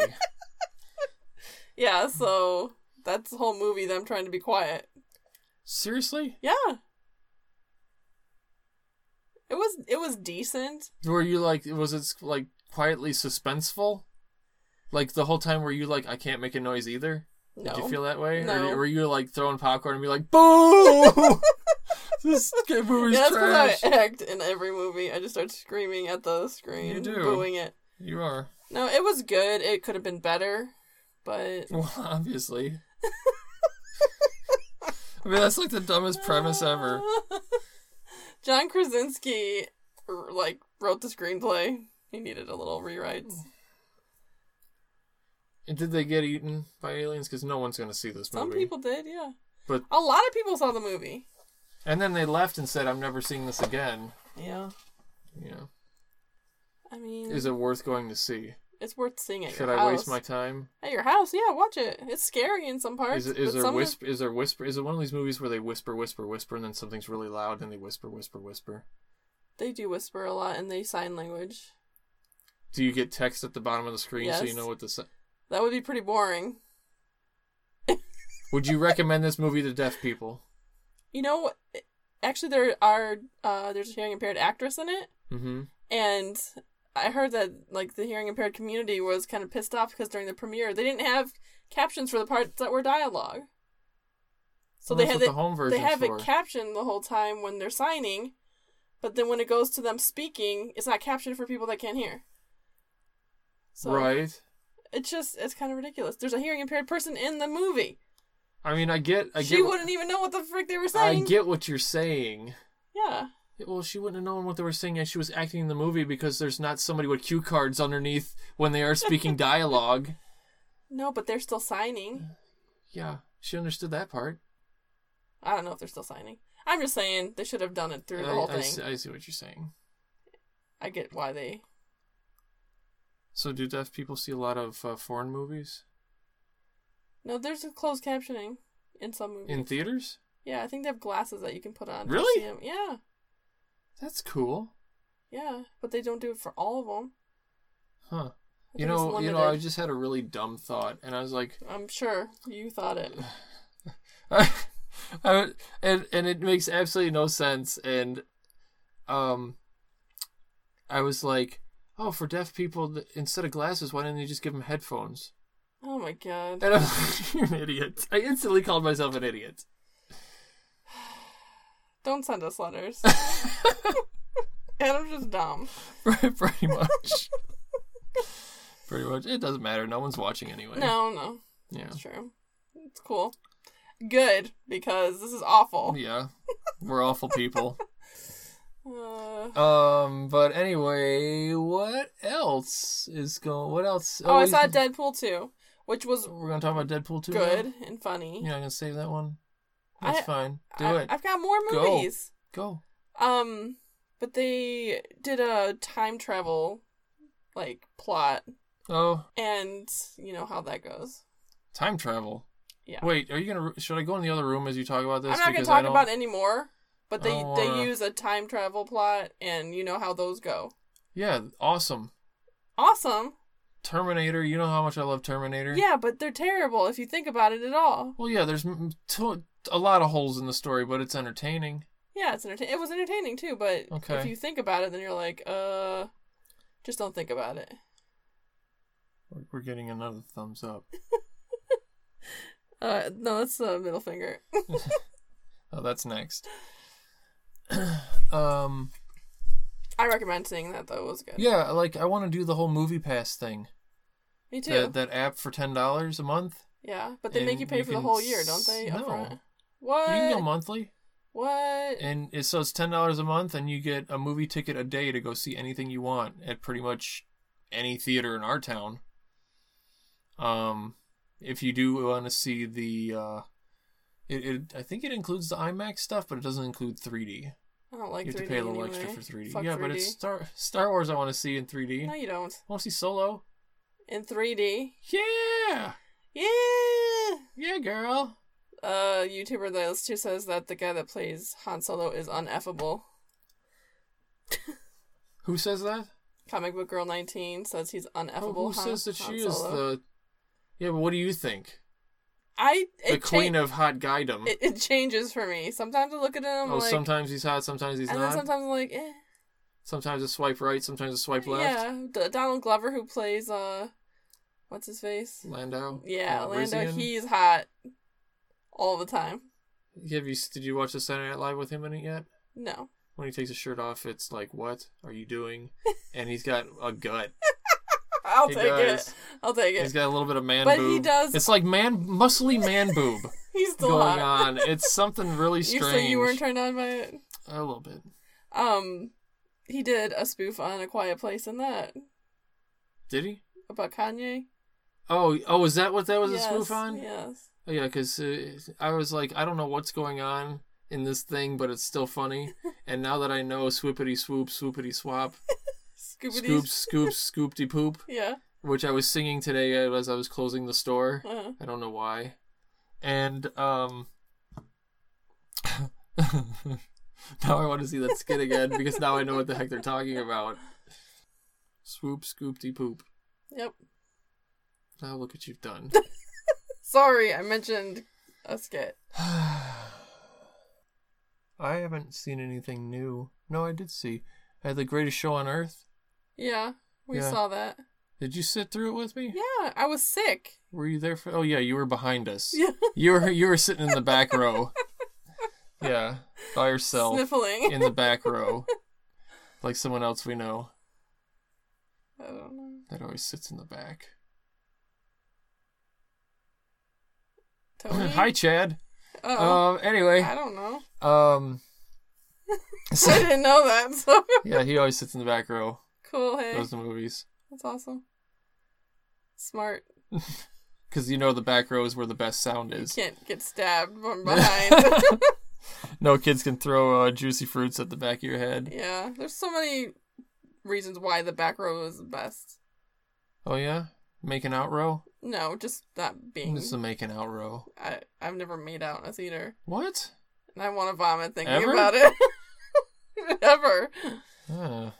B: Yeah, so that's the whole movie, them trying to be quiet.
A: Seriously,
B: Yeah. It was it was decent.
A: were you like? Was it like quietly suspenseful? Like the whole time, were you like, I can't make a noise either?
B: No.
A: Did you feel that way,
B: No.
A: or were you like throwing popcorn and be like, "Boo! this movie's
B: yeah, that's
A: trash."
B: because I act in every movie. I just start screaming at the screen,
A: You do.
B: booing it.
A: You are
B: No, it was good. It could have been better, but
A: well, obviously. I mean, that's like the dumbest premise ever.
B: John Krasinski r- like wrote the screenplay. He needed a little rewrites.
A: And did they get eaten by aliens? Because no one's going to see this
B: Some
A: movie.
B: people did, yeah.
A: But-
B: a lot of people saw the movie.
A: And then they left and said, "I'm never seeing this again."
B: Yeah.
A: Yeah.
B: I mean,
A: Is it worth going to see?
B: it's worth seeing at
A: Should
B: your
A: I
B: house.
A: waste my time?
B: At your house, yeah, watch it. It's scary in some
A: Is
B: parts.
A: it, is
B: but
A: there
B: some
A: whisper? Is there whisper? Is it one of these movies where they whisper, whisper, whisper, and then something's really loud and they whisper, whisper, whisper?
B: They do whisper a lot and they sign language.
A: Do you get text at the bottom of the screen so you
B: Yes.
A: know what this?
B: That would be pretty boring.
A: Would you recommend this movie to deaf people?
B: You know, actually, there are uh, there's a hearing impaired actress in it,
A: Mm-hmm.
B: and I heard that like the hearing impaired community was kind of pissed off because during the premiere they didn't have captions for the parts that were dialogue. So they
A: that's
B: had
A: what
B: it,
A: the home
B: they
A: version
B: have
A: for.
B: it captioned the whole time when they're signing, but then when it goes to them speaking, it's not captioned for people that can't hear. So
A: right.
B: it's just it's kind of ridiculous. There's a hearing impaired person in the movie.
A: I mean, I get, I
B: she
A: get,
B: wouldn't even know what the frick they were
A: I
B: saying.
A: get what you're saying.
B: yeah.
A: Yeah, Well, she wouldn't have known what they were saying as she was acting in the movie because there's not somebody with cue cards underneath when they are speaking dialogue.
B: No, but they're still signing.
A: Yeah, she understood that part.
B: I don't know if they're still signing. I'm just saying they should have done it through the
A: I-
B: whole
A: I,
B: thing.
A: see, I see what you're saying.
B: I get why they
A: So, do deaf people see a lot of uh, foreign movies
B: No, there's a closed captioning in some movies.
A: in theaters?
B: yeah, I think they have glasses that you can put on. to
A: Really?
B: see 'em. Yeah,
A: That's cool,
B: yeah, but they don't do it for all of them.
A: huh?
B: I
A: You
B: think it's
A: know, you know, I
B: limited.
A: just had a really dumb thought, and I was like,
B: I'm sure you thought it.
A: I, would- and and it makes absolutely no sense. And um, I was like, oh, for deaf people, th- instead of glasses, why didn't they just give them headphones?
B: Oh my god.
A: And I'm like, you're an idiot. I instantly called myself an idiot.
B: Don't send us letters. Adam's just dumb.
A: Right, pretty much. pretty much. It doesn't matter. No one's watching anyway.
B: No, no.
A: Yeah.
B: It's true. It's cool. Good, because this is awful.
A: Yeah. We're awful people.
B: Uh,
A: Um, but anyway, what else is going? What else?
B: oh, I
A: we-
B: saw Deadpool 2, which was
A: We're gonna talk about Deadpool too.
B: good and funny.
A: You're not gonna save that one.
B: I-
A: That's fine. Do
B: I,
A: it.
B: I've got more
A: Go.
B: movies.
A: Go.
B: Um, but they did a time travel like plot,
A: Oh,
B: and you know how that goes.
A: time travel.
B: Yeah.
A: Wait, are you gonna? Should I go in the other room as you talk about this?
B: I'm not gonna
A: Because
B: talk
A: I don't-
B: about it anymore. But
A: I
B: they
A: don't
B: they
A: wanna-
B: use a time travel plot, and you know how those go.
A: Yeah. Awesome.
B: Awesome.
A: Terminator. You know how much I love Terminator.
B: Yeah, but they're terrible if you think about it at all.
A: Well, yeah. There's m- to- a lot of holes in the story, but it's entertaining.
B: Yeah, it's entertain. It was entertaining too, but if
A: Okay.
B: you think about it, then you're like, uh, just don't think about it.
A: We're- We're getting another thumbs up.
B: Uh, no, that's the middle finger.
A: Oh, that's next. um.
B: I recommend seeing that though. It was good.
A: Yeah. Like I want to do the whole movie pass thing.
B: Me too.
A: That that app for ten dollars a month.
B: Yeah, but they make
A: And
B: you pay
A: you
B: for the
A: can
B: whole year, don't they?
A: s-
B: Up front?
A: no.
B: What?
A: You can go monthly.
B: what?
A: and it so it's ten dollars a month, and you get a movie ticket a day to go see anything you want at pretty much any theater in our town. Um, if you do want to see the, uh, it, it I think it includes the IMAX stuff, but it doesn't include 3D.
B: I don't like
A: you
B: 3D
A: have to pay a little
B: anyway.
A: extra for 3D.
B: Fuck
A: yeah,
B: 3D.
A: but it's Star Star Wars. I want to see in 3D.
B: no,
A: I
B: you don't.
A: want to see Solo.
B: In 3D,
A: Yeah,
B: yeah.
A: yeah, girl.
B: Uh, YouTuber that I listen to says that the guy that plays Han Solo is uneffable.
A: Who says that?
B: Comic Book Girl 19 says he's uneffable.
A: Oh, who
B: Han,
A: says that
B: Han
A: she is
B: Solo.
A: the? Yeah, but what do you think?
B: I
A: The
B: it
A: queen
B: cha-
A: of hot guydom.
B: it, it changes for me. Sometimes I look at him
A: oh,
B: like,
A: sometimes he's hot, sometimes he's
B: and
A: not.
B: then sometimes I'm like, eh.
A: Sometimes a swipe right, sometimes a swipe left.
B: Yeah, D- Donald Glover who plays uh, what's his face?
A: Landau.
B: Yeah,
A: uh,
B: Lando,
A: Rizian.
B: he's hot all the time.
A: Have you did you watch the Saturday Night Live with him in it yet?
B: No.
A: When he takes his shirt off, it's like, "What are you doing?" And he's got a gut.
B: I'll
A: He
B: take
A: does.
B: it. I'll take
A: He's
B: it.
A: got a little bit of man
B: But
A: boob.
B: he does-
A: It's like man, muscly man boob
B: He's still
A: going
B: hot.
A: on. It's something really
B: You
A: strange.
B: so you weren't turned on by it?
A: a little bit.
B: Um he did a spoof on A Quiet Place and that
A: Did he?
B: about Kanye.
A: Oh, oh, is that what that was
B: yes,
A: a spoof on?
B: Yes.
A: Oh, Yeah, because uh, I was like, I don't know what's going on in this thing, but it's still funny. and now that I know swoopity swoop, swoopity swap,
B: Scoopity.
A: scoop, scoop, scoopty poop.
B: Yeah.
A: which I was singing today as I was closing the store.
B: Uh-huh.
A: I don't know why. And um now I want to see that skit again because now I know what the heck they're talking about. Swoop scoopty poop.
B: Yep.
A: Now look what you've done.
B: Sorry, I mentioned a skit.
A: I haven't seen anything new. No, I did see. I had the greatest show on earth.
B: Yeah, we
A: Yeah.
B: saw that.
A: Did you sit through it with me?
B: Yeah, I was sick.
A: Were you there for? Oh yeah, you were behind us.
B: Yeah.
A: You were you were sitting in the back row. Yeah, by yourself
B: Sniffling.
A: in the back row, like someone else we know.
B: I don't know.
A: That always sits in the back.
B: Tony?
A: Hi, Chad.
B: Oh,
A: Um. Anyway.
B: I don't know.
A: Um.
B: I
A: so-
B: didn't know that. So
A: yeah, he always sits in the back row.
B: cool. Hey,
A: Goes to movies
B: that's awesome. Smart.
A: because you know the back row is where the best sound
B: You
A: is.
B: can't get stabbed from behind.
A: no kids can throw uh, juicy fruits at the back of your head.
B: yeah, there's so many reasons why the back row is the best.
A: Oh yeah, make an out row.
B: No, just not being.
A: This is a make an out row.
B: I, I've never made out in a theater,
A: What?
B: and I want to vomit thinking
A: Ever?
B: about it. Ever.
A: Ah.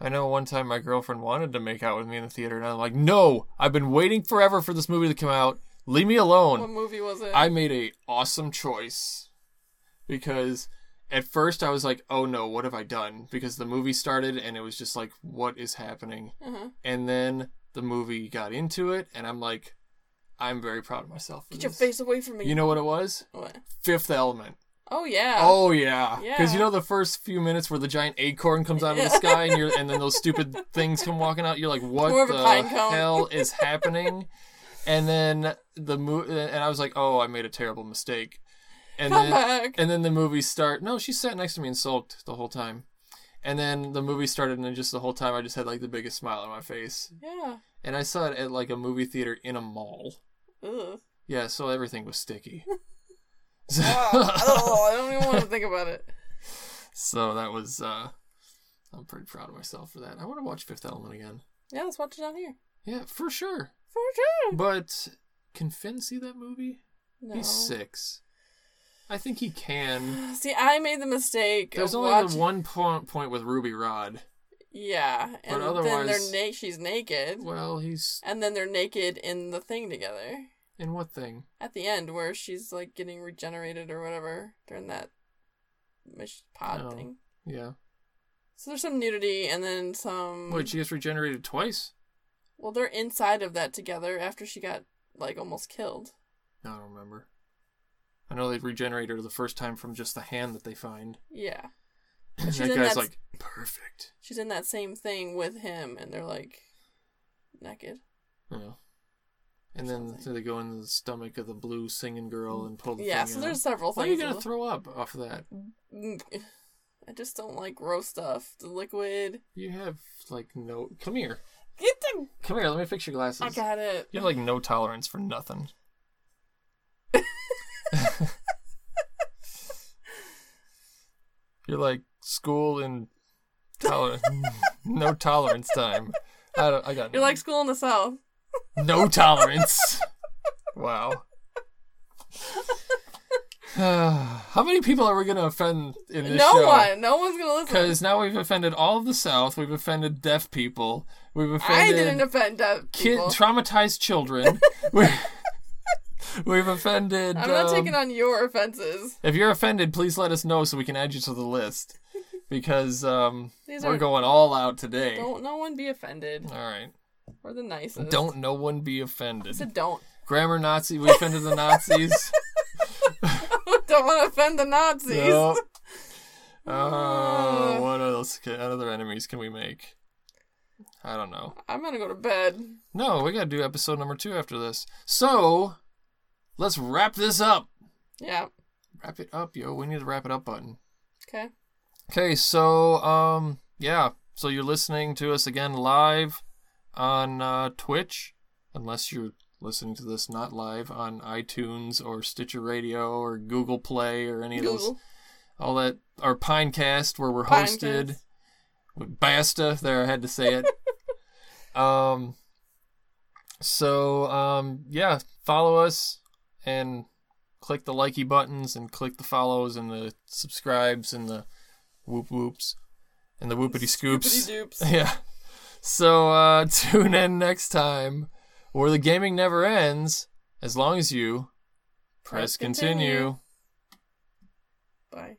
A: I know one time my girlfriend wanted to make out with me in the theater, and I'm like, no, I've been waiting forever for this movie to come out. Leave me alone.
B: What movie was it?
A: I made a awesome choice because at first I was like, "Oh no, what have I done?" because the movie started and it was just like, "What is happening?"
B: uh-huh.
A: And then the movie got into it and I'm like, "I'm very proud of myself." for
B: Get your
A: this.
B: face away from me.
A: You know what it was?
B: What?
A: Fifth Element.
B: Oh yeah.
A: Oh yeah,
B: Yeah.
A: because you know the first few minutes where the giant acorn comes out of the sky and you're, and then those stupid things come walking out. You're like, what
B: More of a
A: the
B: pine cone."
A: hell is happening? and then the mo- and I was like, oh, I made a terrible mistake. And
B: Come
A: then
B: back.
A: and then the movie start. No, she sat next to me and sulked the whole time. And then the movie started, and then just the whole time I just had like the biggest smile on my face.
B: Yeah.
A: And I saw it at like a movie theater in a mall.
B: Ugh.
A: Yeah, so everything was sticky.
B: oh, I don't even want to think about it.
A: So that was uh I'm pretty proud of myself for that. I want to watch Fifth Element again.
B: Yeah, let's watch it down here.
A: Yeah, for sure.
B: For sure.
A: But can Finn see that movie?
B: No.
A: He's six. I think he can.
B: See, I made the mistake
A: There's
B: of
A: only
B: watching.
A: the one point point with Ruby Rod.
B: Yeah, and then
A: otherwise-
B: they're na- she's naked,
A: Well, he's
B: and then they're naked in the thing together
A: in what thing?
B: at the end where she's like getting regenerated or whatever during that mach- pod
A: Oh.
B: thing.
A: Yeah.
B: So there's some nudity, and then some.
A: Wait, she gets regenerated twice?
B: Well, they're inside of that together after she got like almost killed.
A: No, I don't remember. I know they regenerated her the first time from just the hand that they find.
B: Yeah,
A: And
B: she's
A: that
B: in
A: guy's
B: that-
A: like, perfect.
B: she's in that same thing with him, and they're like naked.
A: Yeah. And then
B: Something.
A: so they go into the stomach of the blue singing girl and pull the
B: Yeah,
A: thing
B: so
A: out.
B: there's several
A: Why
B: things.
A: are you gonna
B: of-
A: throw up off of that?
B: Mm, I just don't like gross stuff. The liquid.
A: You have like no. Come here,
B: Get the.
A: come here. Let me fix your glasses.
B: I got it.
A: You have like no tolerance for nothing. You're like school and tolerance, no tolerance time. I don't. I got.
B: You're like school in the south.
A: no tolerance. wow. How many people are we gonna offend in this
B: No
A: show?
B: one. No one's gonna listen.
A: Because now we've offended all of the South. We've offended deaf people. We've
B: I
A: offended
B: didn't offend deaf
A: kid,
B: people.
A: traumatized children. we've, we've offended.
B: I'm not
A: um,
B: taking on your offenses.
A: If you're offended, please let us know so we can add you to the list. Because um,
B: These
A: we're
B: are-
A: going all out today.
B: Don't no one be offended.
A: All right.
B: We're the nicest.
A: Don't no one be
B: I
A: offended.
B: said don't.
A: Grammar Nazi. We offended the Nazis.
B: don't want to offend the Nazis.
A: Nope.
B: Ah.
A: Oh, what else? Can, what other enemies can we make? I don't know.
B: I'm gonna go to bed.
A: No, we gotta do episode number two after this. So, let's wrap this up.
B: Yeah.
A: Wrap it up, yo. We need the wrap it up button.
B: Okay.
A: Okay, so um, yeah. So you're listening to us again live on uh, Twitch, unless you're listening to this not live on iTunes or Stitcher Radio or Google Play or any of those
B: Google.
A: all that or Pinecast where we're hosted.
B: Pinecast.
A: with Basta. There, I had to say it. um, so um, yeah, follow us and click the likey buttons and click the follows and the subscribes and the whoop whoops and the whoopity
B: Oopity
A: scoops.
B: doops.
A: Yeah. So uh, tune in next time where the gaming never ends as long as you press,
B: Press
A: continue.
B: Bye.